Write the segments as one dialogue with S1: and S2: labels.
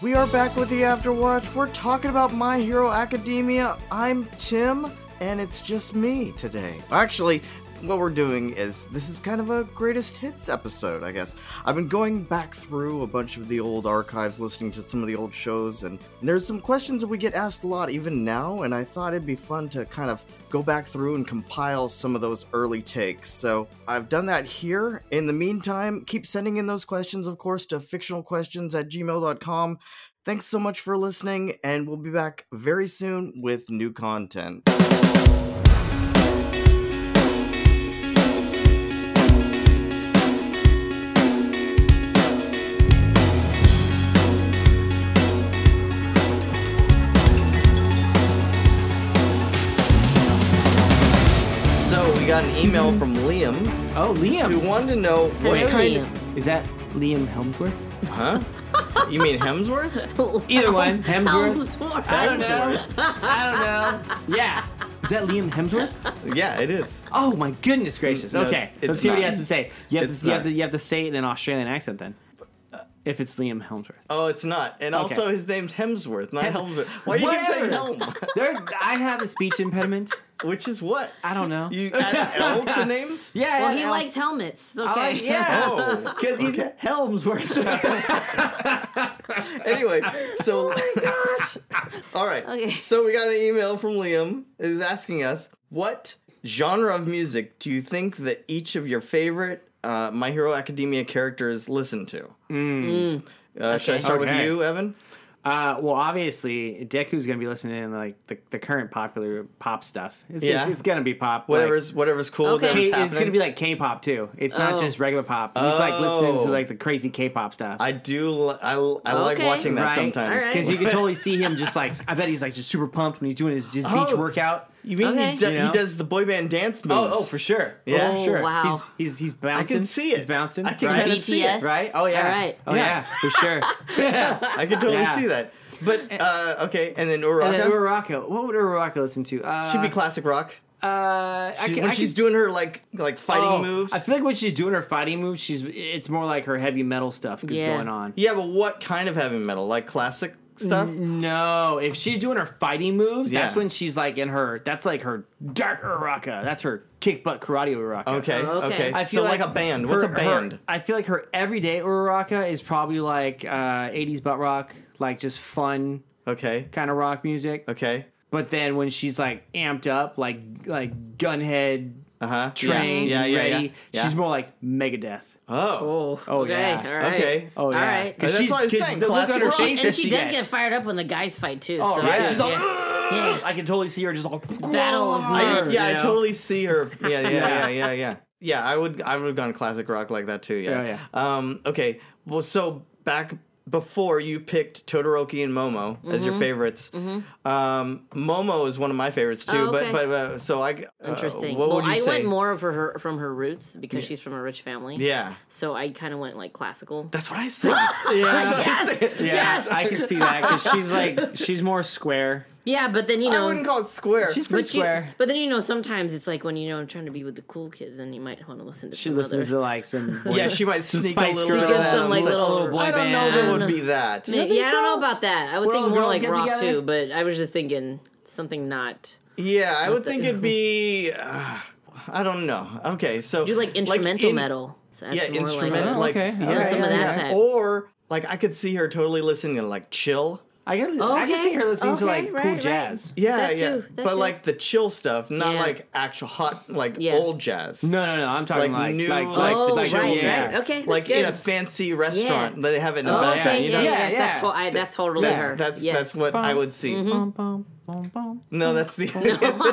S1: We're back with the Afterwatch. We're talking about My Hero Academia. I'm Tim, and it's just me today. Actually, what we're doing is this is kind of a greatest hits episode, I guess. I've been going back through a bunch of the old archives, listening to some of the old shows, and there's some questions that we get asked a lot even now, and I thought it'd be fun to kind of go back through and compile some of those early takes. So I've done that here. In the meantime, keep sending in those questions, of course, to fictionalquestions at gmail.com. Thanks so much for listening, and we'll be back very soon with new content. So we got an email from Liam
S2: Oh,
S1: who
S2: Liam.
S1: wanted to know what
S3: Hello,
S1: kind
S3: Liam.
S2: Is that Liam Helmsworth?
S1: Huh? You mean Hemsworth?
S2: Either one. Hemsworth.
S3: Oh, Helmsworth.
S2: I don't know. I don't know. Yeah. Is that Liam Hemsworth?
S1: Yeah, it is.
S2: Oh my goodness gracious.
S1: No, it's-
S2: Okay.
S1: it's
S2: Let's see what he
S1: not.
S2: has to say. You have,
S1: It's
S2: to, you, have
S1: not.
S2: to, you have to say it in an Australian accent then. If it's Liam Helmsworth.
S1: Oh, it's not. And
S2: Okay.
S1: also, his name's Hemsworth, not
S2: Hem-
S1: Helmsworth. Why do you keep saying Helm?
S2: There, I have a speech impediment.
S1: Which is what?
S2: I don't know.
S1: You add L to names?
S2: yeah.
S3: Well, he
S2: I'll-
S3: likes helmets. Okay.
S2: I like- yeah.
S1: Oh.
S2: Because he's
S1: Okay.
S2: Helmsworth.
S1: Anyway, so.
S2: Oh
S1: All right.
S3: Okay.
S1: So we got an email from Liam. Is asking us what genre of music do you think that each of your favorite uh, My Hero Academia characters listen to? Uh, Should I
S3: Okay.
S1: start with
S2: Mm. Okay.
S1: you, Evan?
S2: Uh, well, obviously, Deku's gonna be listening to like the, the current popular pop stuff. It's, it's-
S1: Yeah.
S2: it's, gonna be pop.
S1: Whatever's whatever's cool.
S3: Okay.
S2: Like,
S1: whatever's
S2: K- it's
S1: happening.
S2: gonna be like K-pop too. It's not
S3: Oh.
S2: just regular pop. He's like listening
S1: Oh.
S2: to like the crazy K-pop stuff.
S1: I do. Li- I, l- I like
S3: Okay.
S1: watching that
S2: Right.
S1: sometimes.
S3: Alright.
S2: because you can totally see him just like I bet he's like just super pumped when he's doing his, his
S1: Oh.
S2: beach workout.
S1: You mean
S3: Okay.
S1: he, do-
S2: You know?
S1: he does the boy band dance moves?
S2: Oh, oh, for sure.
S1: Yeah.
S2: Oh,
S1: Oh,
S2: for sure.
S3: wow.
S2: He's he's he's bouncing.
S1: see it.
S2: He's bouncing.
S1: I can
S2: right?
S1: kinda see
S3: BTS?
S1: it.
S2: right. Oh yeah.
S3: All right.
S2: Oh
S1: Yeah.
S2: yeah. For sure. yeah.
S1: I can totally
S2: Yeah.
S1: see that. But uh, okay, and then
S2: And
S1: Uraraka.
S2: then Uraraka. What would Uraraka listen to? Uh,
S1: She'd be classic rock.
S2: Uh, I
S1: She-
S2: can,
S1: when
S2: I
S1: she's
S2: can-
S1: doing her like like fighting
S2: Oh,
S1: moves.
S2: I feel like when she's doing her fighting moves, she's it's more like her heavy metal stuff that's
S3: Yeah.
S2: going on.
S1: yeah, but what kind of heavy metal? Like classic stuff.
S2: Mm, No, if she's doing her fighting moves, that's
S1: Yeah.
S2: when she's like in her. That's like her dark Uraka. That's her kick butt karate Uraka.
S1: Okay,
S3: Oh,
S1: okay.
S3: okay.
S2: I
S1: so
S2: feel
S1: like, a band. What's a
S2: her-
S1: band?
S2: her- I feel like her everyday Uraka is probably like uh, 80s butt rock, like just fun
S1: okay,
S2: kind of rock music.
S1: okay.
S2: But then when she's like amped up, like like gunhead
S1: Uh huh.
S2: trained,
S1: Yeah, yeah, yeah.
S2: ready,
S1: yeah.
S2: she's more like Megadeth.
S1: Oh.
S3: Oh,
S2: Oh,
S3: okay.
S2: yeah.
S3: All right.
S1: Okay.
S2: Oh yeah.
S3: All right.
S1: That's what I was saying,
S2: the look
S1: classic
S2: on her
S1: rock.
S3: Well,
S2: face
S3: and
S2: that
S3: she,
S2: she
S3: does
S2: gets.
S3: get fired up when the guys fight too.
S2: Oh,
S3: so
S2: right.
S3: yeah.
S2: She's all,
S3: yeah.
S2: I can totally see her just all
S3: Battle of
S1: I just-
S3: Sure.
S1: yeah,
S2: You
S1: I
S2: know?
S1: totally see her. Yeah, yeah, yeah,
S2: Yeah.
S1: yeah, yeah. Yeah, I would. I would have gone classic rock like that too. Yeah.
S2: Oh, Yeah,
S1: Um. Okay. Well, so back before you picked Todoroki and Momo as
S2: Mm-hmm.
S1: your favorites. Um, Momo is one of my favorites too.
S3: Oh, okay.
S1: But but uh, so I. uh,
S3: Interesting.
S1: what
S3: well,
S1: would you
S3: I
S1: say?
S3: went more of her from her roots because she's from a rich family.
S1: Yeah.
S3: So I kind of went like classical.
S1: That's what I said.
S2: Yeah, yeah,
S1: Yes!
S2: I can see that because she's like she's more square.
S3: Yeah, but then you
S1: I
S3: know.
S1: wouldn't call it square.
S2: She's pretty
S3: but, you,
S2: square.
S3: but then you know sometimes it's like when you know I'm trying to be with the cool kids, then you might want to listen to
S2: she
S3: some
S2: listens
S3: other.
S2: to like some boy-
S1: yeah, she might
S2: some
S1: sneak a
S2: Spice
S1: little. bit
S3: Girls,
S1: of that.
S3: some, like, little-
S2: boy
S1: I don't know
S2: band.
S1: if it would be that.
S3: May-
S2: think
S3: yeah, I don't know
S2: so?
S3: about that. I would
S2: Where all
S3: think
S2: the
S3: more
S2: girls
S3: like
S2: get
S3: rock
S2: together?
S3: too, but I was just thinking something not.
S1: Yeah, I would think
S3: the-
S1: it'd be. Uh, I don't know. Okay, so
S3: Do like instrumental
S1: in-
S3: metal. So that's
S1: Yeah,
S3: more
S1: instrument
S2: Oh,
S1: like,
S2: okay.
S1: yeah,
S2: Yeah,
S3: some
S1: yeah,
S3: of that
S1: yeah.
S3: type.
S1: Or like I could see her totally listening to like chill.
S2: I can, I can
S3: Oh, Okay,
S2: see her listening to
S3: okay,
S2: like
S3: right,
S2: cool
S3: right.
S2: jazz.
S1: Yeah,
S3: That
S1: yeah.
S3: too, that
S1: but
S3: too.
S1: like the chill stuff, not
S3: Yeah.
S1: like actual hot like
S3: Yeah.
S1: old jazz.
S2: No, no, no. I'm
S1: Like,
S2: talking like
S1: new, like,
S2: like,
S3: Oh,
S1: the
S2: like,
S1: chill,
S3: right,
S1: music.
S2: yeah.
S3: right. Okay, that's
S1: like in
S3: good.
S1: a fancy restaurant,
S3: Yeah.
S1: they have it in the
S3: Oh,
S1: back.
S3: okay,
S2: you
S3: yeah,
S2: know?
S3: yeah,
S2: Yeah,
S3: That's,
S2: yeah.
S3: to- I, that's totally
S1: That's
S3: her.
S1: that's
S3: yes. Mm-hmm.
S1: that's what I would see.
S2: Bum, bum, bum, bum.
S1: No, that's the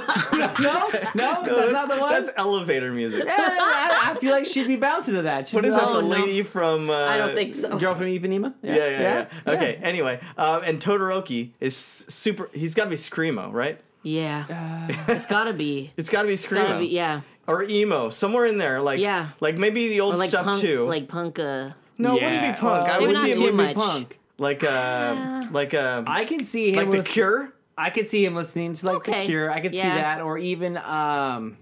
S2: No, no, that's not the one.
S1: That's elevator music.
S2: Yeah, I, I feel like she'd be bouncing to that. She'd
S1: What
S2: be
S1: is that?
S2: like,
S1: The
S2: oh,
S3: no.
S1: lady from uh,
S3: I don't think so.
S2: Girl from Ipanema?
S1: Yeah, yeah, yeah. Okay. Anyway, um, and Todoroki is s- super. He's got to be screamo, right?
S3: Yeah, it's gotta be.
S1: It's got to be
S3: Gotta
S1: screamo.
S3: be. Yeah,
S1: or emo, somewhere in there. Like
S3: Yeah.
S1: like maybe the old
S3: or like
S1: stuff
S3: punk,
S1: too.
S3: like punk. Uh,
S1: no, it
S2: Yeah,
S1: wouldn't be punk.
S2: well,
S1: I
S2: it
S1: would
S3: not
S1: see it
S3: too Ah.
S1: would be
S3: much.
S2: punk.
S1: like uh like uh
S2: I can see him
S1: like the
S2: listen-
S1: Cure.
S2: I could see him listening to like the
S3: Okay,
S2: Cure. I could see
S3: yeah.
S2: that, or even um,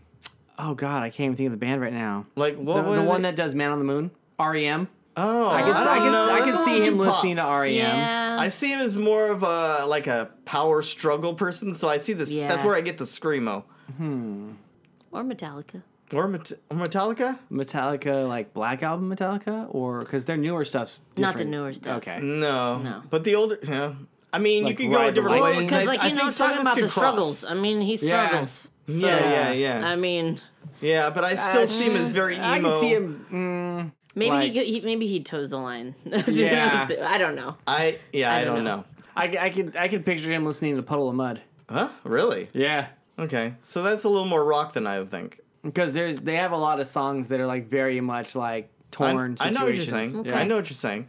S2: oh god, I can't even think of the band right now.
S1: Like what?
S2: The,
S1: what
S2: the
S1: are
S2: one
S1: they-
S2: that does Man on the Moon, REM.
S1: oh
S2: I could, I
S1: don't
S2: could,
S1: know.
S2: I
S1: That's a
S2: could see
S1: little
S2: him
S1: too pop.
S2: listening to E REM.
S3: yeah,
S1: I see him as more of a like a power struggle person, so I see this. That's
S3: Yeah.
S1: where I get the screamo
S3: or Metallica.
S1: or, Met- or Metallica.
S2: Metallica, like Black Album Metallica, or because their newer stuff's
S3: Not the
S2: different.
S3: newer stuff.
S2: Okay,
S1: No,
S3: No.
S1: but the older. Yeah, I mean,
S2: Like,
S1: you could go a
S2: right
S1: different
S2: away.
S3: Or
S2: Well,
S1: way.
S3: because like you know, talking about the struggles. I mean, he
S2: Yeah.
S3: struggles. So,
S1: Yeah, yeah, yeah.
S3: I mean,
S1: yeah, but I still see him as very emo.
S2: Uh, I can see him. Mm,
S3: maybe
S2: Like-
S3: he, he maybe he toes the line.
S1: Yeah.
S3: I don't know.
S1: I yeah, I,
S3: don't
S1: don't know.
S3: know.
S2: I, I can I can picture him listening to Puddle of Mud.
S1: Huh? Really?
S2: Yeah,
S1: Okay, so that's a little more rock than I would think.
S2: because there's they have a lot of songs that are like very much like
S1: I,
S2: torn
S1: I
S2: situations.
S1: know what you're saying.
S3: Okay.
S1: I know what you're saying.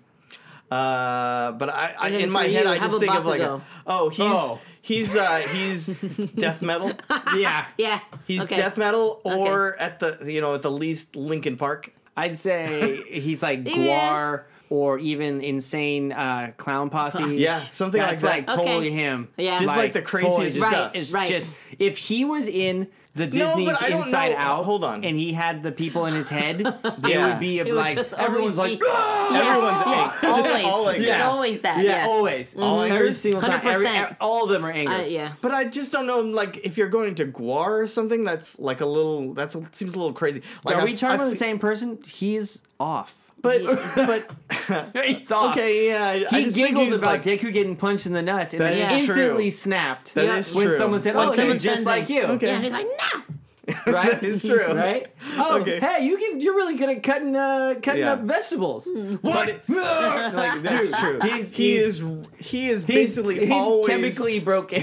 S1: Uh, but I, I
S3: And then
S1: in my
S3: for
S1: head,
S3: you,
S1: I
S3: how
S1: just think
S3: about
S1: of like, a,
S3: Bakugo?
S1: oh, he's
S2: Oh.
S1: he's uh, he's death metal.
S2: Yeah,
S3: Yeah.
S1: He's
S3: okay.
S1: death metal, or at the you know at the least Linkin Park.
S2: I'd say he's like
S3: Yeah.
S2: Guar or even insane uh, clown posse.
S3: Posse.
S1: Yeah, something
S2: That's
S1: like
S2: like
S1: that.
S3: Okay.
S2: totally him.
S3: Yeah. Just
S1: like the craziest
S2: totally just-
S1: Right,
S2: It's
S3: right.
S2: just if he was in the
S1: No, but
S2: Disney's
S1: I don't
S2: Inside
S1: know-
S2: Out,
S1: hold on.
S2: and he had the people in his head, it
S1: Yeah.
S2: would be
S3: It would
S2: like
S3: just always
S2: everyone's
S3: be-
S2: like. "Ah!"
S3: Yeah.
S1: Everyone's
S3: yeah.
S1: ang-
S3: always.
S1: just all like
S3: It's
S1: that.
S3: always that.
S2: Yeah,
S3: yes.
S2: always. All
S1: Mhm.
S2: every single time. every-
S3: 100%.
S2: all of them are angry.
S3: Mm-hmm. Uh, yeah.
S1: But I just don't know. Like if you're going to Guar or something, that's like a little. That's a, seems a little crazy. Like
S2: are
S1: I
S2: we
S1: f-
S2: talking
S1: I
S2: about the
S1: f-
S2: same person? He's off.
S1: But
S3: Yeah.
S1: but
S2: He's off.
S1: okay, yeah. I- I
S2: He
S1: just think
S2: giggled
S1: he's
S2: about
S1: like,
S2: Deku getting punched in the nuts and
S1: That
S2: then
S3: is
S1: true.
S2: instantly snapped
S1: That
S3: Yeah.
S1: is
S2: when
S1: true.
S2: someone said,
S3: When
S2: "Oh,
S3: someone
S2: he's just
S3: sends
S2: like
S3: him.
S2: you."
S1: Okay.
S3: Yeah, and he's like, no.
S2: right?
S1: That is true.
S2: right? Oh,
S1: Okay.
S2: hey, you can. You're really good at cutting uh, cutting
S1: Yeah.
S2: up vegetables.
S3: Hmm.
S1: But it-
S2: like,
S1: That's
S2: dude,
S1: true.
S2: He's,
S1: he
S2: he's-
S1: is he is
S2: he's-
S1: basically
S2: he's
S1: always
S2: chemically broken.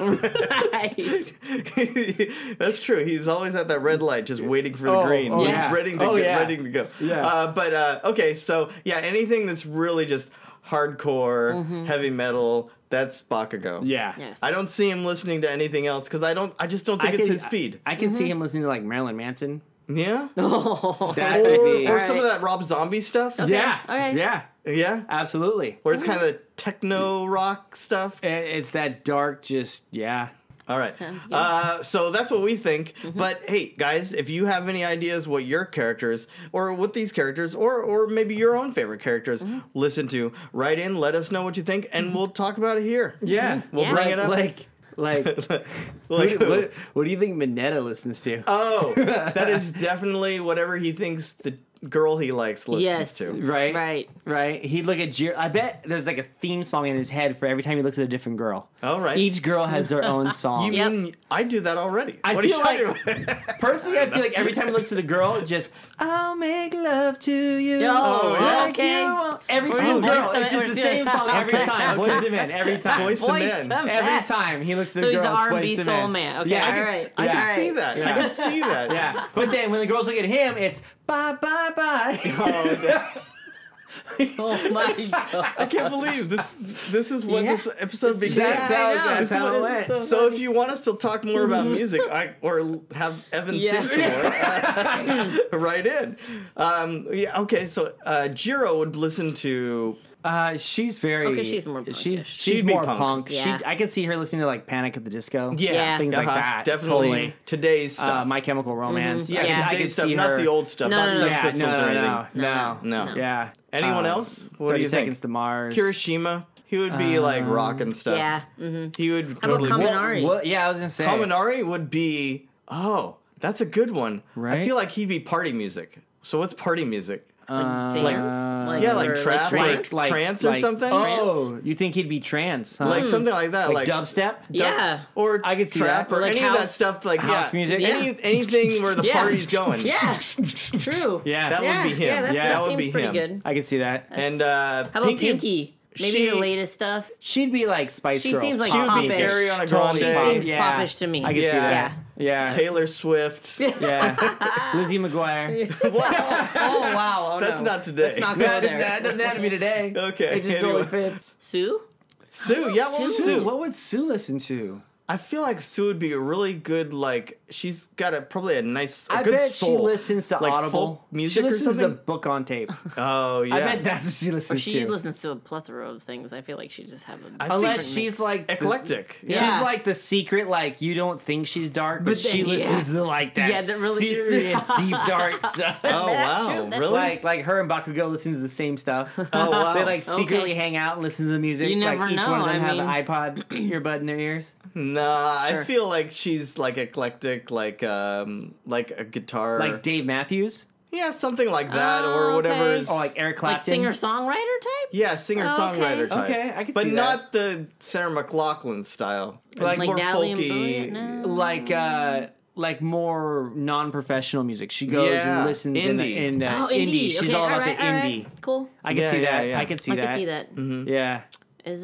S3: Right.
S1: That's true. He's always at that red light, just waiting for the
S2: Oh,
S1: green,
S2: oh,
S1: He's
S3: yeah.
S1: ready to
S2: Oh,
S1: go,
S2: yeah.
S1: ready to go.
S2: Yeah.
S1: Uh, but uh, okay, so yeah, anything that's really just hardcore heavy metal, that's Bakugo.
S2: yeah.
S3: Yes.
S1: I don't see him listening to anything else because I don't. I just don't think it's his speed.
S2: I, I can see
S3: Mm-hmm.
S2: him listening to like Marilyn Manson.
S1: yeah.
S3: Oh.
S2: That
S1: Or,
S2: would
S1: or
S2: be.
S3: Alright.
S1: some of that Rob Zombie stuff.
S3: Okay.
S2: Yeah.
S3: alright.
S2: Yeah.
S1: Yeah.
S2: Absolutely.
S1: Where it's kind of techno rock stuff.
S2: It- It's that dark. Just yeah.
S1: All right.
S3: Sounds good.
S1: Uh, so that's what we think.
S2: Mm-hmm.
S1: But hey, guys, if you have any ideas what your characters or what these characters or or maybe your own favorite characters
S2: Mm-hmm.
S1: listen to, write in. Let us know what you think, and we'll talk about it here.
S2: Yeah.
S1: We'll
S3: Yeah.
S1: bring
S2: Like
S1: it up.
S2: like like.
S1: Like,
S2: what, what, what do you think Minetta listens to?
S1: oh, that is definitely whatever he thinks the girl he likes listens
S3: Yes.
S1: to.
S2: right.
S3: Right.
S2: Right. He'd look at Jiro. I bet there's like a theme song in his head for every time he looks at a different girl.
S1: All right.
S2: Each girl has their own
S1: you
S2: song.
S3: Yep.
S1: mean I do that already?
S2: I
S1: what are you
S2: feel
S1: talking
S2: like-
S1: about?
S2: Personally, I feel like every time he looks at a girl, it just I'll make love to you.
S3: Oh,
S2: like
S3: okay.
S2: you won't." Every
S1: Oh,
S2: single
S1: boys
S2: girl,
S3: to
S2: it's
S3: men,
S2: just the
S3: we're
S2: same
S3: doing-
S2: song every
S3: Okay.
S2: time.
S1: Okay.
S2: Boys to men, every time.
S1: Boys to
S3: Boys
S1: men.
S3: to
S2: every
S3: men.
S2: time he looks at
S3: So
S2: a
S3: he's
S2: girl,
S3: the
S2: it's
S3: R&B
S2: boys to
S3: soul
S2: men.
S3: man. Okay,
S2: Yeah.
S1: I
S3: all
S1: could,
S3: right.
S1: I could
S2: Yeah.
S1: see that. I
S2: Yeah.
S1: could see that.
S2: Yeah, but then when the girls look at him, it's bye bye bye.
S1: Oh,
S3: Oh my god.
S1: I can't believe this. This is what
S3: Yeah.
S1: this episode became.
S2: That's
S3: Yeah,
S2: how
S3: I know.
S2: that's
S3: This
S2: how it
S1: is
S2: went.
S3: so-
S1: So if you want us to talk more about music, I, or l- have Evan
S3: Mm-hmm. Yeah.
S1: sing some more, write in. Um, yeah, okay. So uh, Jiro would listen to.
S2: Uh, she's very.
S3: Okay, she's more punkish.
S2: She's she's
S1: She'd be
S2: more
S1: punk.
S2: punk.
S3: Yeah. Uh-huh.
S2: She, I could see her listening to like Panic at the Disco.
S1: Yeah,
S3: Yeah.
S2: things like that.
S1: Uh-huh, Definitely
S2: Totally.
S1: today's stuff.
S2: Uh, My Chemical
S3: Mm-hmm.
S2: Romance.
S1: yeah,
S2: I could-
S3: Yeah.
S2: I
S1: today's
S2: could
S1: stuff,
S2: see
S1: not
S2: her.
S1: the old stuff,
S3: No,
S1: not
S3: no, no,
S1: Sex
S2: yeah,
S1: Pistols
S2: no, no,
S1: or anything.
S2: No, no,
S1: No. No.
S2: Yeah.
S1: Anyone
S2: Um,
S1: else? What do
S2: 30
S1: you think?
S2: Seconds to Mars.
S1: Kirishima. He would be
S2: Uh,
S1: like rock and stuff.
S3: Yeah. Mm-hmm.
S1: He would
S3: about
S1: totally.
S3: Kamen-
S2: What,
S3: Minari.
S2: what- yeah, I was gonna say.
S1: Kaminari would be oh, that's a good one. I
S2: Right? Uh,
S1: feel like he'd be party music. So what's party music?
S3: Like
S2: like-
S3: dance? Like,
S1: yeah, like
S3: or
S1: trap, like-
S3: trance?
S1: like- trance or something?
S2: Oh, you think he'd be trans? Huh?
S1: Like something like that, like,
S2: like dubstep?
S3: Mm. yeah.
S1: or
S2: I could see
S1: trap
S2: that.
S1: or
S3: Like
S1: any of that
S3: house-
S1: stuff. Like
S2: house
S1: yeah,
S2: music?
S1: any
S3: Yeah.
S1: anything where the
S3: Yeah.
S1: party's going.
S3: Yeah. True.
S2: Yeah.
S1: That
S3: yeah,
S1: would be him.
S3: Yeah, that,
S2: Yeah.
S3: that
S2: That would
S3: seems
S1: be
S3: pretty
S1: him.
S3: good.
S2: I could see that.
S1: And uh,
S3: How about Pinky? Maybe
S1: she-
S3: the latest stuff.
S2: She'd be like Spice
S3: She
S2: Girls.
S3: seems like
S1: She would be
S3: Popish.
S1: Ariana Grande.
S2: Totally
S1: She
S2: pop.
S3: seems popish to me.
S2: I could see
S1: Yeah.
S2: that. Yeah.
S1: Taylor Swift.
S2: Yeah. Lizzie McGuire.
S1: Wow,
S3: Oh wow. Oh,
S1: that's
S3: no.
S1: not today.
S3: Let's not go
S2: That,
S3: there.
S2: that doesn't have to be today.
S1: Okay,
S2: It just
S1: anyway.
S2: totally fits.
S3: Sue?
S1: Sue. Yeah, what was
S2: Sue,
S1: Sue?
S2: what would Sue listen to?
S1: I feel like Sue would be a really good like. She's got a probably a nice. a
S2: I
S1: good
S2: bet
S1: soul.
S2: she listens to
S1: like
S2: Audible
S1: folk music
S2: she
S1: or
S2: listens
S1: something.
S2: to book on tape.
S1: Oh yeah.
S2: I bet that's what she listens
S3: She
S2: to.
S3: listens to a plethora of things. I feel like she just have a.
S1: I think-
S2: Unless
S1: different
S2: she's like the-
S1: eclectic.
S3: Yeah.
S2: She's like the secret, like you don't think she's dark, but,
S3: But then-
S2: she listens to like that
S3: Yeah, that really-
S2: serious deep dark stuff.
S1: Oh wow,
S3: That's
S1: really?
S2: Like like her and Bakugo listen to the same stuff.
S1: oh wow.
S2: They like secretly
S3: Okay.
S2: hang out and listen to the music.
S3: You
S2: like
S3: never
S2: each one of
S3: know,
S2: them
S3: I
S2: have
S3: mean-
S2: an iPod earbud in their ears.
S1: Nah, I
S3: Sure.
S1: feel like she's like eclectic, like um, like a guitar,
S2: Like Dave Matthews
S1: yeah, something like that, or
S3: Oh,
S1: whatever
S3: okay.
S1: is
S2: or like Eric
S3: like
S2: Clapton.
S3: singer songwriter type.
S1: yeah, singer songwriter
S3: Okay.
S1: type.
S2: Okay, I could
S1: but
S2: see
S1: not the Sarah McLaughlin style,
S2: Like-
S3: Like
S1: more
S3: Natalie and
S1: folky.
S3: Brilliant? No.
S2: like uh like more non-professional music. She goes
S1: Yeah,
S2: and listens
S1: indie.
S2: in, in uh,
S3: Oh, indie.
S2: She's
S3: okay,
S2: all about
S3: alright,
S2: the indie.
S3: alright. Cool.
S2: I can
S1: Yeah,
S2: see
S1: yeah,
S2: that.
S1: yeah.
S2: I can see
S3: I
S2: that.
S3: could see that. Is
S2: Yeah.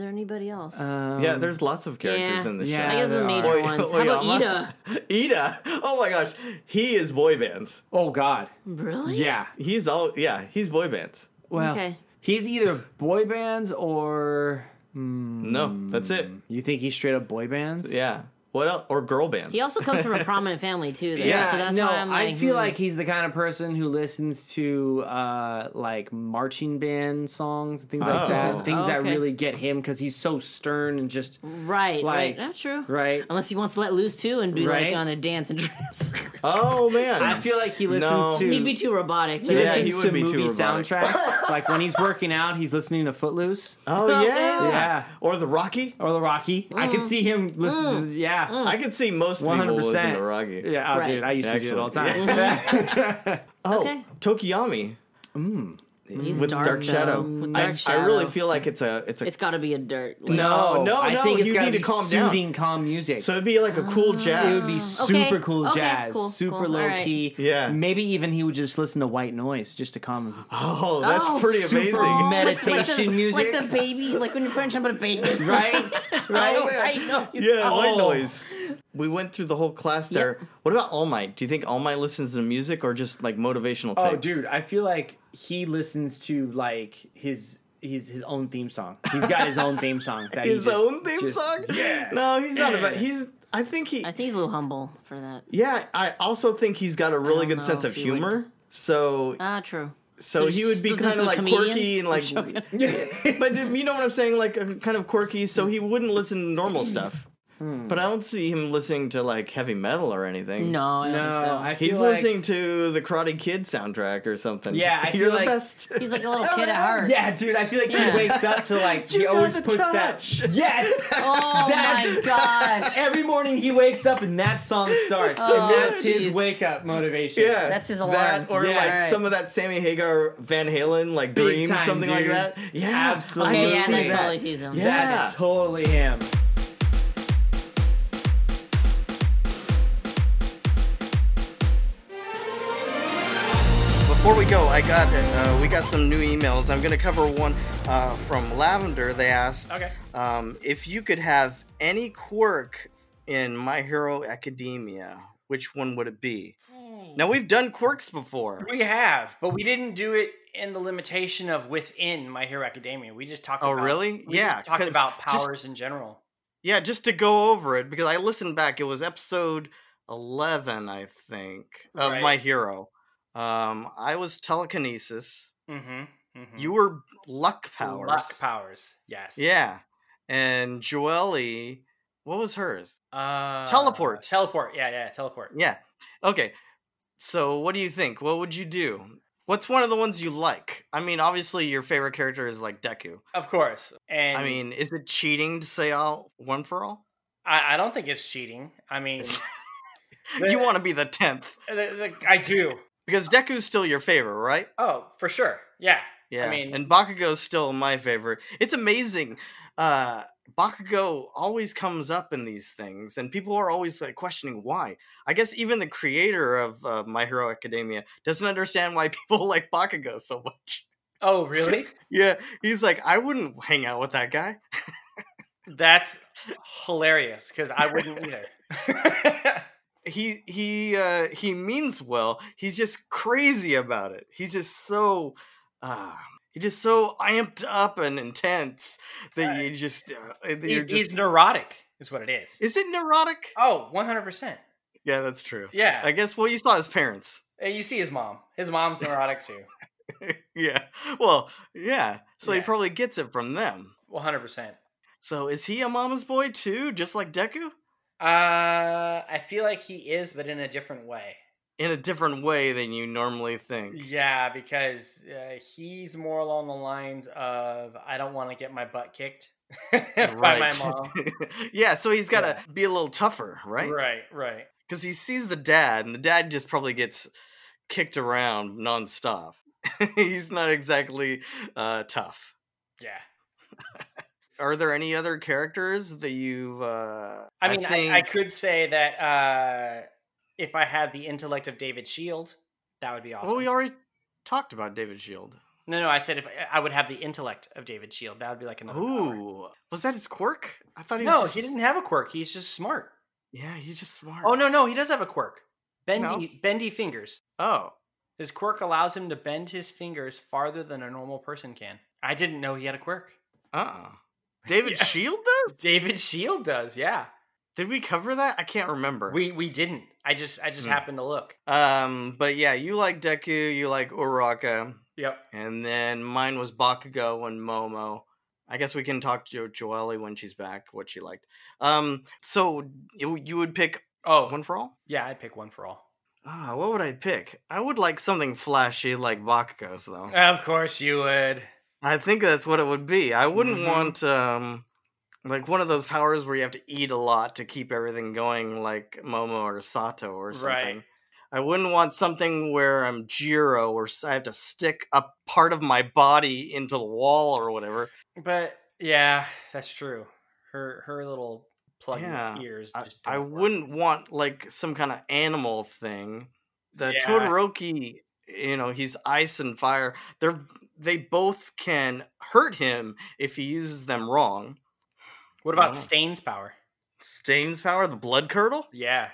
S3: there anybody else?
S2: Um,
S1: Mm-hmm. yeah, there's lots of characters
S3: yeah.
S1: in the
S2: Yeah.
S3: I
S1: show.
S3: guess the
S2: there
S3: major
S2: are.
S3: ones. How about
S1: Oyama?
S3: Ida?
S1: Ida. Oh my gosh, he is boy bands.
S2: Oh God.
S3: Really?
S2: Yeah.
S1: He's all yeah, he's boy bands.
S2: Well,
S3: Okay.
S2: he's either boy bands or hmm,
S1: No, that's it.
S2: you think he's straight up boy bands?
S1: Yeah. What else? Or girl bands.
S3: He also comes from a prominent family too. Though,
S2: Yeah,
S3: so that's
S2: no,
S3: why I'm like,
S2: I feel
S3: hmm.
S2: like he's the kind of person who listens to uh, like marching band songs, things like
S1: Oh.
S2: that, things that
S3: Okay.
S2: really get him because he's so stern and just
S3: right,
S2: like-
S3: right. That's true.
S2: right.
S3: Unless he wants to let loose too and be
S2: Right.
S3: like on a dance and trance.
S1: Oh man.
S2: I feel like he listens
S1: No.
S2: to
S3: He'd be too robotic.
S2: he
S1: Yeah,
S2: listens
S1: he would
S2: to
S1: be too
S2: movie
S1: robotic.
S2: soundtracks. like when he's working out, he's listening to Footloose
S1: Oh
S3: Okay.
S1: yeah.
S2: Yeah.
S1: Or the Rocky.
S2: or The Rocky. I
S3: Mm.
S2: could see him listen. To, yeah,
S1: I could see most
S2: one
S1: people
S2: hundred
S1: listen
S2: percent.
S1: to Rocky.
S2: Yeah, oh,
S3: Right.
S2: dude, I used to do it all the time.
S1: Actually, Oh,
S3: Okay.
S1: Tokiyami
S2: Mm.
S3: He's
S1: with Dark,
S3: though.
S1: Shadow.
S3: With
S1: I-
S3: Dark
S1: I,
S3: Shadow.
S1: really feel like it's a it's a
S3: it's got to be a dirt. like-
S1: No, no,
S2: I
S1: no,
S2: think it's
S1: you
S2: gotta
S1: need to
S2: be
S1: calm down.
S2: soothing, calm music.
S1: so it'd be like a cool
S3: Ah.
S1: jazz.
S2: it would be super cool
S3: Mm. okay,
S2: jazz,
S3: cool,
S2: super
S3: cool,
S2: low
S3: alright.
S2: key.
S1: Yeah.
S2: maybe even he would just listen to white noise just to calm him.
S1: oh, that's
S3: Oh,
S1: pretty
S2: super
S1: amazing.
S2: mad.
S3: Like- like
S2: Meditation
S3: the,
S2: music.
S3: like the baby, like when you're punching but a baby,
S2: right,
S1: Oh,
S2: right.
S1: man.
S3: I know.
S1: Yeah, white
S2: Oh.
S1: noise. We went through the whole class there. What about All Might? Do you think All Might listens to music or just like motivational
S2: Oh,
S1: tapes?
S2: dude, I feel like he listens to like his his his own theme song. He's got his own theme song. That he
S1: his
S2: just-
S1: own theme
S2: just-
S1: song?
S2: Yeah.
S1: No, he's not about.
S2: Yeah.
S1: He's. I think he.
S3: I think he's a little humble for that.
S1: yeah, I also think he's got a really
S3: don't
S1: good
S3: know
S1: sense
S3: if
S1: of
S3: he would.
S1: humor. So,
S3: Ah, true.
S1: so
S3: so
S1: he would be
S3: this is
S1: kind of
S3: a
S1: like
S3: comedian?
S1: quirky and like.
S3: joking.
S1: but you know what I'm saying? Like uh, kind of quirky. So he wouldn't listen to normal stuff.
S2: Hmm.
S1: But I don't see him listening to like heavy metal or anything.
S3: No, I don't
S2: No,
S3: think so.
S2: I feel
S1: He's
S2: like,
S1: listening to the Karate Kid soundtrack or something.
S2: Yeah, I
S1: you're
S2: feel
S1: the
S2: like-
S1: best.
S3: He's like a little kid at heart.
S2: Yeah, dude, I feel like
S3: Yeah.
S2: he wakes up to like he
S1: You
S2: always
S1: got the
S2: puts
S1: touch.
S2: that. Yes.
S3: Oh my
S2: That's-
S3: gosh.
S2: Every morning he wakes up and that song starts.
S3: so
S2: and that's
S3: good.
S2: his
S3: Jeez.
S2: wake up motivation.
S1: Yeah,
S3: That's his
S1: That,
S3: alarm.
S1: or
S2: Yeah.
S1: like
S3: Alright.
S1: some of that Sammy Hagar, Van Halen, like
S2: Big
S1: Dream,
S2: time,
S1: something like
S2: dude.
S1: that. Yeah,
S2: Absolutely.
S1: I can
S3: Okay, yeah,
S1: see
S3: that's
S1: that.
S3: totally sees him.
S1: Yeah.
S2: That's totally him.
S1: Before we go, I got uh, we got some new emails. I'm gonna cover one uh, from Lavender. They asked,
S2: Okay.
S1: um, if you could have any quirk in My Hero Academia, which one would it be? Now we've done quirks before.
S4: We have, but we didn't do it in the limitation of within My Hero Academia. We just talked.
S1: Oh,
S4: about,
S1: really?
S4: We
S1: Yeah,
S4: just talked
S1: 'cause
S4: about
S1: just-
S4: powers in general.
S1: Yeah, just to go over it because I listened back. It was episode eleven, I think, of
S4: Right.
S1: My Hero. Um, I was telekinesis.
S4: Mm-hmm. mm-hmm.
S1: You were Mm. luck powers.
S4: Luck powers. Yes.
S1: Yeah. And Joelle, what was hers?
S4: Uh,
S1: Teleport.
S4: Teleport. Yeah, yeah. Teleport.
S1: Yeah. Okay. So what do you think? What would you do? What's one of the ones you like? I mean, obviously your favorite character is like Deku.
S4: Of course. And
S1: I mean, is it cheating to say all one for all?
S4: I, I don't think it's cheating. I mean,
S1: You want to be the tenth
S4: the, the, I do.
S1: because Deku's still your favorite, right?
S4: Oh, for sure. Yeah.
S1: Yeah.
S4: mean-
S1: and Bakugo's still my favorite. It's amazing. Uh Bakugo always comes up in these things and people are always like questioning why. I guess even the creator of uh, My Hero Academia doesn't understand why people like Bakugo so much.
S4: Oh, really?
S1: Yeah, he's like I wouldn't hang out with that guy.
S4: That's hilarious because I wouldn't either.
S1: He he uh he means well. He's just crazy about it. He's just so uh he's just so amped up and intense that you just uh, that you're
S4: he's,
S1: just
S4: he's neurotic. is what it is.
S1: Is it neurotic?
S4: Oh, 100%.
S1: Yeah, that's true.
S4: Yeah.
S1: I guess, well, you saw his parents.
S4: And you see his mom. His mom's neurotic too.
S1: yeah. Well, yeah. So he
S4: Yeah.
S1: probably gets it from them.
S4: 100%.
S1: So is he a mama's boy too, just like Deku?
S4: Uh, I feel like he is, but in a different way.
S1: In a different way than you normally think.
S4: Yeah, because uh, he's more along the lines of I don't want to get my butt kicked by my mom.
S1: yeah, so he's got to be a little tougher, right?
S4: Right, right.
S1: Because he sees the dad, and the dad just probably gets kicked around nonstop. he's not exactly uh, tough.
S4: Yeah.
S1: Are there any other characters that you've? Uh,
S4: I mean, I, I,
S1: think-
S4: could say that uh, if I had the intellect of David Shield, that would be awesome.
S1: Well, Oh, we already talked about David Shield.
S4: No, no, I said if I would have the intellect of David Shield, that would be like another. power.
S1: Ooh, was that his quirk? I thought he
S4: No,
S1: was just-
S4: he didn't have a quirk. He's just smart.
S1: Yeah, he's just smart.
S4: Oh no, no, he does have a quirk. Bendy,
S1: No.
S4: bendy fingers.
S1: Oh,
S4: His quirk allows him to bend his fingers farther than a normal person can. I didn't know he had a quirk.
S1: uh. uh David
S4: Yeah.
S1: Shield does?
S4: David Shield does, yeah.
S1: Did we cover that? I can't remember.
S4: We we didn't. I just I just
S1: Hmm.
S4: happened to look.
S1: um, but yeah, you like Deku, you like Uraka,
S4: Yep.
S1: and then mine was Bakugo and Momo. I guess we can talk to Joelle when she's back. What she liked. Um, so you, you would pick
S4: Oh
S1: one for all.
S4: yeah, I'd pick one for all.
S1: Ah, what would I pick? I would like something flashy like Bakugo's though.
S4: Of course you would.
S1: I think that's what it would be. I wouldn't
S4: Mhm.
S1: want um like one of those powers where you have to eat a lot to keep everything going like Momo or Sato or
S4: Right.
S1: something. I wouldn't want something where I'm Jiro or s- I have to stick a part of my body into the wall or whatever.
S4: But yeah, that's true. Her her little plug
S1: Yeah,
S4: ears
S1: I,
S4: just
S1: I
S4: don't work.
S1: wouldn't want like some kind of animal thing. The
S4: Yeah.
S1: Todoroki, you know, he's ice and fire. They're they both can hurt him if he uses them wrong.
S4: What
S1: Oh.
S4: about Stain's power?
S1: Stain's power, the blood curdle?
S4: Yeah.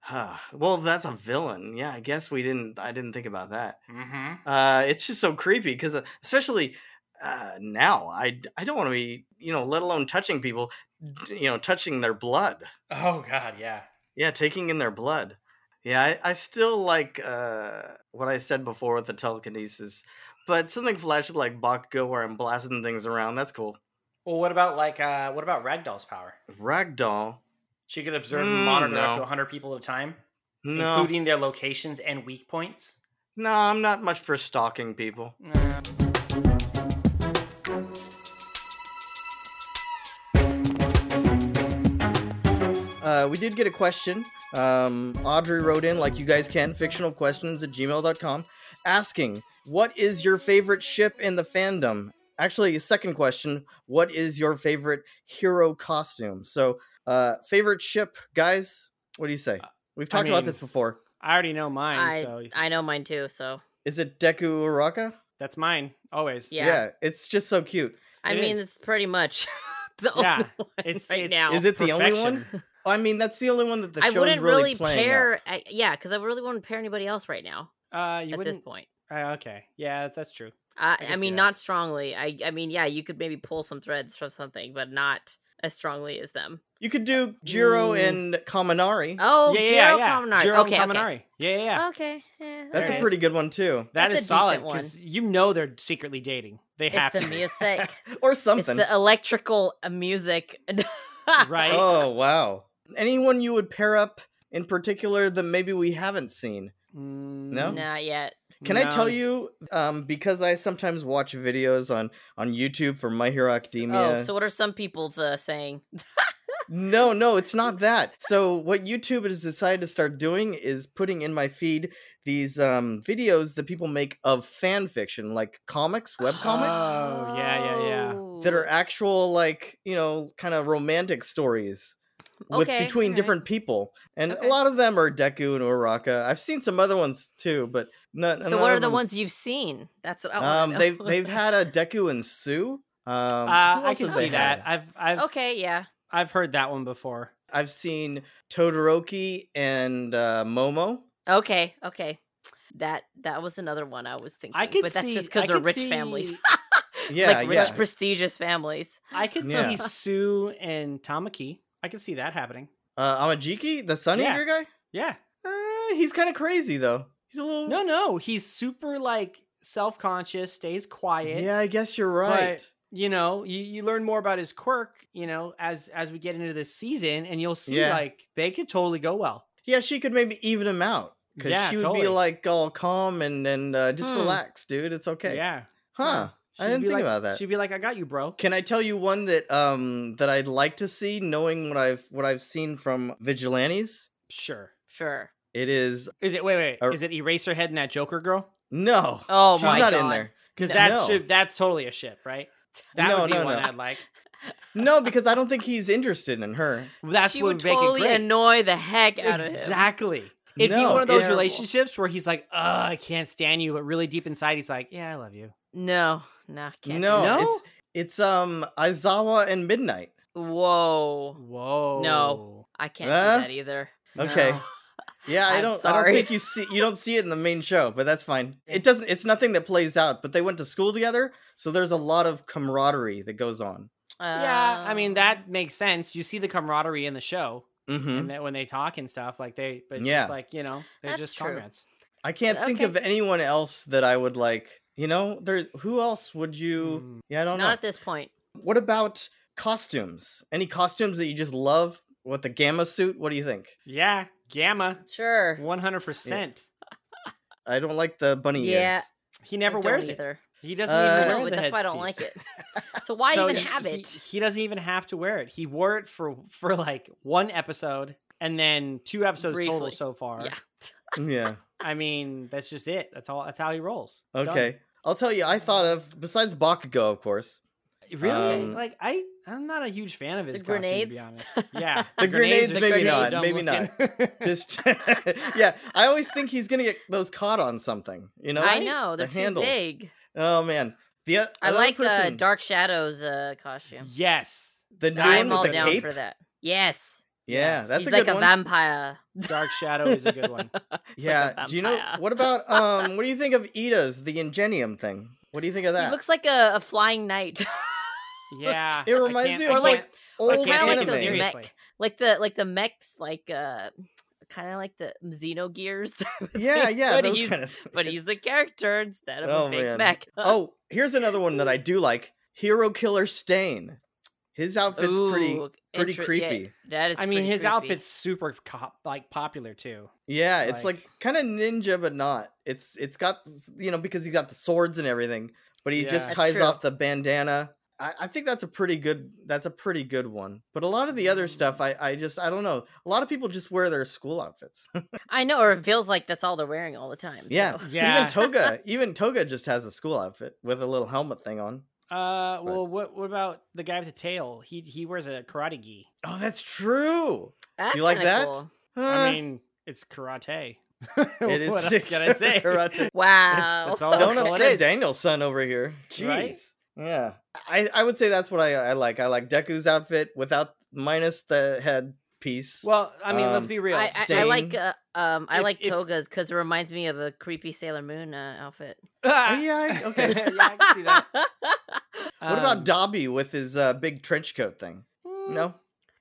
S1: Huh. Well, that's a villain. Yeah, I guess we didn't. I didn't think about that.
S4: Mm-hmm.
S1: Uh, it's just so creepy because, especially uh, now, I I don't want to be you know, let alone touching people, d- you know, touching their blood.
S4: Oh god, yeah.
S1: Yeah, taking in their blood. Yeah, I, I still like uh, what I said before with the telekinesis, but something flashy like Bakugo where I'm blasting things around. That's cool.
S4: Well, what about like uh what about Ragdoll's power?
S1: Ragdoll.
S4: She could observe
S1: Mm,
S4: and monitor up
S1: no.
S4: to 100 people at a time,
S1: No,
S4: including their locations and weak points.
S1: no, I'm not much for stalking people.
S4: Nah.
S1: uh, we did get a question. Um, Audrey wrote in, like you guys can, fictionalquestions at gmail.com, asking, What is your favorite ship in the fandom? Actually, second question, What is your favorite hero costume? So, uh, favorite ship, guys, what do you say? We've
S2: Uh, I
S1: talked about
S2: mean-
S1: this before.
S2: I already know mine,
S3: I
S2: so
S3: I know mine too. So
S1: Is it Deku Uraka?
S2: that's mine always.
S3: Yeah.
S1: it's just so cute.
S3: I
S2: It
S3: mean,
S2: is.
S3: it's pretty much the
S2: Yeah,
S3: only one
S2: it's-
S3: right
S2: it's-
S3: now.
S1: Is it the only one?
S2: Perfection.
S1: I mean, that's the only one that the
S3: I
S1: show's
S3: wouldn't
S1: really,
S3: really
S1: playing. up.
S3: pair. I, yeah, because I really wouldn't pair anybody else right now
S2: Uh, you
S3: at
S2: wouldn't.
S3: this point.
S2: Uh, okay, yeah, that's true.
S3: I,
S2: I
S3: I,
S2: can see
S3: mean,
S2: that.
S3: not strongly. I I mean, yeah, you could maybe pull some threads from something, but not as strongly as them.
S1: You could do Jiro
S2: Mm.
S1: and Kaminari.
S3: Oh,
S2: yeah,
S3: Jiro
S2: yeah, yeah.
S3: Kaminari.
S2: Jiro
S3: okay,
S2: Kaminari. Yeah, yeah, yeah.
S3: okay, okay.
S1: That's
S3: eh,
S2: There
S1: a
S2: it
S3: alright.
S1: pretty good one, too.
S2: That
S3: That's
S2: is
S3: a decent
S2: solid
S3: one.
S2: because you know they're secretly dating. They have
S3: It's the
S2: to. be.
S3: music.
S1: or
S3: it's
S1: something.
S3: the electrical music.
S2: Right.
S1: Oh wow! Anyone you would pair up in particular that maybe we haven't seen? No?
S3: Not yet.
S1: Can I tell
S2: Mm, No.
S1: you? Um, because I sometimes watch videos on on YouTube for My Hero
S3: S-
S1: Academia.
S3: Oh, so what are some people's uh, saying?
S1: No, no, it's not that. So what YouTube has decided to start doing is putting in my feed these um, videos that people make of fan fiction, like comics, web comics.
S2: Oh, yeah, yeah, yeah.
S1: that are
S3: Oh.
S1: actual like you know kind of romantic stories with
S3: Okay,
S1: between
S3: alright.
S1: different people and
S3: Okay.
S1: a lot of them are deku and uraka i've seen some other ones too but not
S3: So what are the ones you've seen? That's what I wanna
S1: um
S3: know.
S1: they've they've had a deku and sue um who
S2: Uh, I
S1: else
S2: can
S1: have they
S2: see that.
S1: had?
S2: I've I've
S3: okay, yeah.
S2: I've heard that one before.
S1: i've seen todoroki and uh momo
S3: Okay, okay. That that was another one I was thinking.
S2: I could
S3: but that's
S2: see,
S3: just because
S2: I
S3: they're
S2: could
S3: rich
S2: see-
S3: families.
S1: yeah
S3: like rich
S1: yeah
S3: prestigious families.
S2: I could
S1: Yeah.
S2: see Sue and Tamaki. I I can see that happening.
S1: Uh, Amajiki, the Sun
S2: Yeah.
S1: Eater guy.
S2: Yeah.
S1: Uh, he's kind of crazy though. He's a little.
S2: No, no, he's super like self-conscious, stays quiet.
S1: Yeah, I guess you're right.
S2: You know, you, you learn more about his quirk, you know, as as we get into this season and you'll see
S1: Yeah.
S2: like they could totally go well.
S1: Yeah, she could maybe even him out because
S2: Yeah,
S1: she would
S2: totally.
S1: be like all calm and and uh, just
S2: Hmm.
S1: relax, dude. It's okay.
S2: Yeah.
S1: Huh.
S2: She'd
S1: I didn't
S2: be
S1: think
S2: like-
S1: about that.
S2: She'd be like, I got you, bro.
S1: Can I tell you one that um that I'd like to see, knowing what I've what I've seen from vigilantes?
S2: Sure.
S3: Sure.
S1: It is
S2: Is it wait wait?
S1: Or-
S2: is it Eraserhead and that Joker girl?
S1: no.
S3: Oh
S1: she's
S3: my
S1: not
S3: god.
S1: in there.
S2: Because
S3: No.
S2: that's
S1: No.
S2: that's totally a ship, right? That
S1: No,
S2: would be
S1: no,
S2: one
S1: no.
S2: I'd like.
S1: No, because I don't think he's interested in her.
S2: That's
S3: she
S2: what
S3: would
S2: make it
S3: totally
S2: great.
S3: annoy the heck out of him.
S2: Exactly. It'd be
S1: No,
S2: one of those
S1: it's-
S2: relationships where he's like, "Ugh, I can't stand you," but really deep inside, he's like, "Yeah, I love you."
S3: No, no, can't. do
S1: no,
S3: that.
S2: No?
S1: it's it's um Izawa and Midnight.
S3: Whoa,
S2: Whoa.
S3: I can't
S1: Huh?
S3: do that either.
S1: Okay.
S2: No.
S1: Yeah, I
S3: I'm
S1: don't I
S3: sorry.
S1: don't think you see you don't see it in the main show, but that's fine. It doesn't it's nothing that plays out, but they went to school together, so there's a lot of camaraderie that goes on.
S2: Yeah, I mean
S3: Um,
S2: that makes sense. You see the camaraderie in the show,
S1: Mhm.
S3: Mm-hmm.
S2: and that when they talk and stuff, like they, but it's
S1: Yeah.
S2: just like you know, they're
S3: That's
S2: just
S3: true.
S2: comrades.
S1: I can't think
S3: okay.
S1: of anyone else that I would like. You know, there who else would you
S2: Mm.
S1: Yeah, I don't
S3: Hmm. Um, not
S1: know.
S3: at this point.
S1: What about costumes? Any costumes that you just love? What the gamma suit? What do you think?
S2: Yeah, Gamma,
S3: Sure.
S2: one hundred percent.
S1: I don't like the bunny
S3: Yeah.
S1: ears.
S2: He never
S3: I don't
S2: wears it.
S3: either.
S2: He doesn't
S1: Uh,
S2: even
S3: No,
S2: wear
S3: but
S2: the
S3: that's why I don't like
S2: headpiece.
S3: it. So why
S2: So
S3: even
S2: he-
S3: have
S2: he-
S3: it?
S2: He, doesn't even have to wear it. He wore it for for like one episode and then two episodes total
S3: Briefly.
S2: so far.
S3: yeah.
S1: Yeah.
S2: I mean, that's just it. That's all. That's how he rolls. Done.
S1: Okay. I'll tell you. I thought of besides Bakugo, of course.
S2: Really?
S1: Um,
S2: like I, I'm not a huge fan of his
S3: The
S2: costume,
S3: grenades?
S2: to be honest. Yeah,
S1: The grenades,
S2: are
S1: maybe
S2: so
S1: not,
S2: dumb
S1: maybe not. Just yeah. I always think he's gonna get those caught on something. You know.
S3: I know they're
S1: The
S3: too
S1: handles.
S3: big.
S1: Oh man. The o-
S3: I
S1: another
S3: like uh,
S1: person,
S3: Dark Shadows uh, costume.
S2: yes,
S1: the new one
S3: I'm
S1: with
S3: all
S1: the
S3: down
S1: cape.
S3: for that. Yes,
S1: Yeah,
S2: Yes.
S1: that's
S3: he's
S1: a
S3: like
S1: good
S3: a
S1: one.
S3: vampire.
S2: Dark Shadow is a good one.
S3: He's
S1: yeah.
S3: like a
S1: do you know
S3: vampire.
S1: what about um? What do you think of Ida's the Ingenium thing? What do you think of
S3: He
S1: that?
S3: looks like a, a flying knight,
S2: Yeah,
S1: It
S2: I
S1: reminds
S2: can't-
S1: me
S2: I
S1: of,
S2: can't-
S1: like,
S2: I
S1: Old
S2: can't
S3: kinda like
S2: take him
S3: those
S1: anime.
S3: mech
S2: seriously.
S3: like the like the mechs, like uh, kind of like the Xeno gears.
S1: Yeah, yeah.
S3: but
S1: those
S3: he's
S1: kind of-
S3: but he's the character instead of
S1: Oh,
S3: a big
S1: man.
S3: mech.
S1: oh, here's another one that I do like: Hero Killer Stain. His outfit's pretty
S3: Ooh,
S1: pretty
S3: intre- yeah,
S1: creepy.
S3: that is.
S2: I mean,
S3: pretty
S2: his
S3: creepy.
S2: outfit's super cop, like popular too.
S1: Yeah, it's
S2: Like-
S1: like, kind of ninja, but not. It's it's got s- you know because he's got the swords and everything, but he
S2: Yeah.
S1: just
S2: That's
S1: ties
S3: true.
S1: off the bandana. I, I think that's a pretty good that's a pretty good one. But a lot of the other stuff,
S2: Mm.
S1: I I just I don't know. A lot of people just wear their school outfits.
S3: I know, or it feels like that's all they're wearing all the time.
S1: yeah,
S3: so.
S2: Yeah.
S1: Even Toga, even Toga just has a school outfit with a little helmet thing on.
S2: Uh, well, what what about the guy with the tail? He he wears a karate gi.
S1: Oh, that's true.
S3: That's
S1: You like
S3: kinda
S1: that?
S3: cool.
S1: Huh.
S2: I mean, it's karate.
S1: Uh. it is
S2: what else can I say?
S1: karate.
S3: Wow.
S2: that's all
S1: Don't
S2: That's all it
S1: upset
S2: is.
S1: Danielson over here. Jeez.
S2: Right?
S1: Yeah. I, I would say that's what I, I like. I like Deku's outfit without minus the head piece.
S2: Well, I mean, let's
S1: Um,
S2: be real.
S3: I, I, I like
S1: Stain.
S3: uh, um I
S2: If-
S3: like
S2: if-
S3: togas because it reminds me of a creepy Sailor Moon uh, outfit.
S1: Oh, yeah, I- okay.
S2: Ah, yeah, I can see that.
S1: what
S2: Um,
S1: about Dobby with his uh, big trench coat thing? No.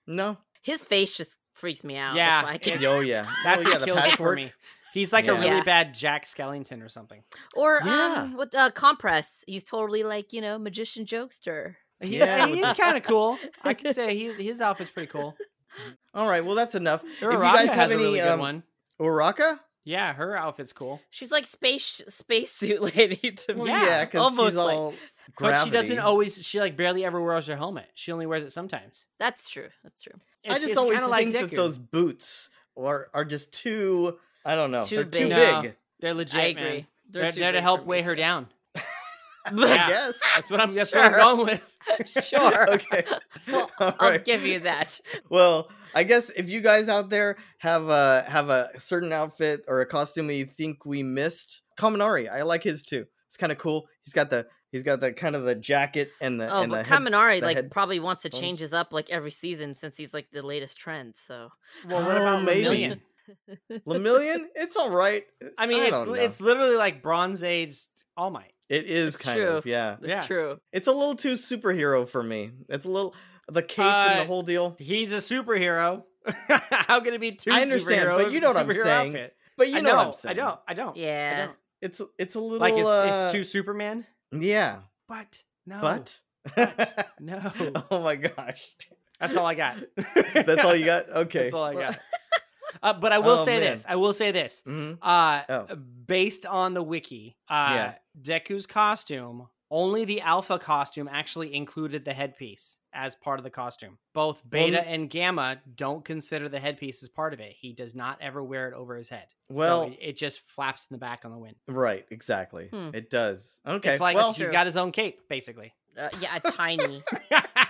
S1: No.
S3: His face just freaks me out.
S2: Yeah,
S3: That's why I
S2: it's-
S3: can't.
S1: Oh yeah.
S2: That's
S1: oh, yeah,
S2: what
S1: the
S2: killed it for
S1: patchwork.
S2: me. He's like a
S1: Yeah.
S2: really
S3: Yeah.
S2: bad Jack Skellington or something.
S3: Or
S1: Yeah.
S3: um, with uh, compress, he's totally like you know magician jokester.
S2: He,
S1: Yeah, with
S2: he's
S1: this-
S2: kind of cool. I can say he, his outfit's pretty cool.
S1: All right, well that's enough.
S2: Uraraka
S1: if you guys
S2: has
S1: have
S2: a
S1: any
S2: really good
S1: um,
S2: one.
S1: Uraka?
S2: Yeah, her outfit's cool.
S3: She's like space spacesuit lady to me.
S1: Well,
S2: Yeah,
S1: yeah, because
S3: almost
S1: she's
S3: like-
S1: all
S2: But she doesn't
S1: gravity.
S2: always. She like barely ever wears her helmet. She only wears it sometimes.
S3: That's true. That's true.
S1: I
S2: It's-
S1: just
S2: it's
S1: always
S2: kinda
S1: think
S2: like
S1: that
S2: Deku.
S1: those boots are are just too I don't know.
S3: Too
S1: they're too
S3: big.
S2: No.
S1: big.
S2: They're legit.
S3: I agree.
S2: Man. They're,
S3: too
S2: there to
S3: big
S2: help
S3: for me
S2: weigh her
S3: too.
S2: down.
S1: I
S2: Yeah.
S1: guess.
S2: That's what I'm. That's what I'm
S3: Sure.
S2: going with.
S3: sure.
S1: okay.
S3: Well,
S1: All
S3: I'll
S1: right.
S3: give you that.
S1: Well, I guess if you guys out there have a have a certain outfit or a costume that you think we missed, Kaminari, I like his too. It's kind of cool. He's got the he's got the kind of the jacket and the
S3: Oh,
S1: and the
S3: but
S1: head-
S3: Kaminari
S1: the
S3: like
S1: head-
S3: probably wants to
S1: phones.
S3: change his up like every season since he's like the latest trend. So
S2: Well, what
S1: Oh,
S2: about
S1: maybe.
S2: Vermilion?
S1: Lemillion. It's all right.
S2: I mean, it's
S1: don't
S2: li-
S1: know.
S2: it's literally like Bronze Age All Might.
S1: it is
S3: It's
S1: kind of yeah.
S3: that's
S2: Yeah.
S3: true.
S1: It's a little too superhero for me. It's a little the cape and the
S2: Uh,
S1: whole deal.
S2: He's a superhero. How can it be two
S1: I understand,
S2: superheroes
S1: but you know
S2: with
S1: what I'm
S2: superhero
S1: saying.
S2: outfit?
S1: But you
S2: I
S1: know,
S2: know
S1: what I'm saying.
S2: I don't. I don't. I
S3: Yeah.
S2: don't.
S1: It's it's a little
S2: Like it's, Oh.
S1: uh,
S2: it's two Superman,
S1: Yeah,
S2: but no,
S1: but.
S2: no.
S1: oh my gosh,
S2: That's all I got.
S1: that's all you got. Okay.
S2: That's all I
S3: Well-
S2: got. uh, but I will
S1: Oh,
S2: say
S1: man.
S2: this. I will say this.
S1: hmm
S2: Uh,
S1: Oh.
S2: based on the wiki, uh,
S1: Yeah.
S2: Deku's costume. Only the alpha costume actually included the headpiece as part of the costume. Both beta
S1: n-
S2: and gamma don't consider the headpiece as part of it. He does not ever wear it over his head. So
S1: Well-
S2: it- it just flaps in the back on the wind.
S1: Right. Exactly.
S3: Hmm.
S1: It does. Okay.
S2: It's like
S1: well,
S2: he's
S3: True.
S2: got his own cape, basically.
S3: Uh, yeah, a tiny,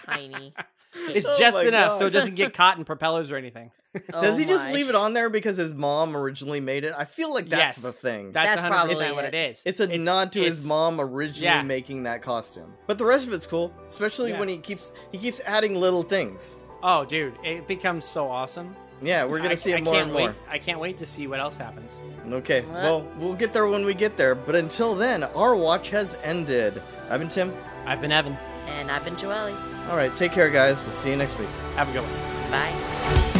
S3: tiny. cape.
S2: It's
S1: Oh
S2: just
S1: my
S2: enough so it
S1: God.
S2: doesn't get caught in propellers or anything.
S1: does
S3: Oh
S1: he just
S3: my.
S1: leave it on there because his mom originally made it? I feel like that's the
S2: Yes.
S1: thing.
S2: That's,
S3: That's
S2: 100%
S3: probably
S2: what it is.
S1: It's a nod to his
S2: it's-
S1: mom originally
S2: yeah.
S1: making that costume. But the rest of it's cool, especially
S2: Yeah.
S1: when he keeps he keeps adding little things.
S2: Oh, dude, it becomes so awesome.
S1: Yeah, we're gonna
S2: I-
S1: see
S2: I
S1: it more
S2: can't
S1: and
S2: wait,
S1: more.
S2: I can't wait to see what else happens.
S1: Okay,
S3: What?
S1: well, we'll get there when we get there. But until then, our watch has ended. I've been Tim.
S2: I've been Evan.
S3: And I've been Joelle.
S1: All right, take care, guys. We'll see you next week.
S2: Have a good one.
S3: Bye.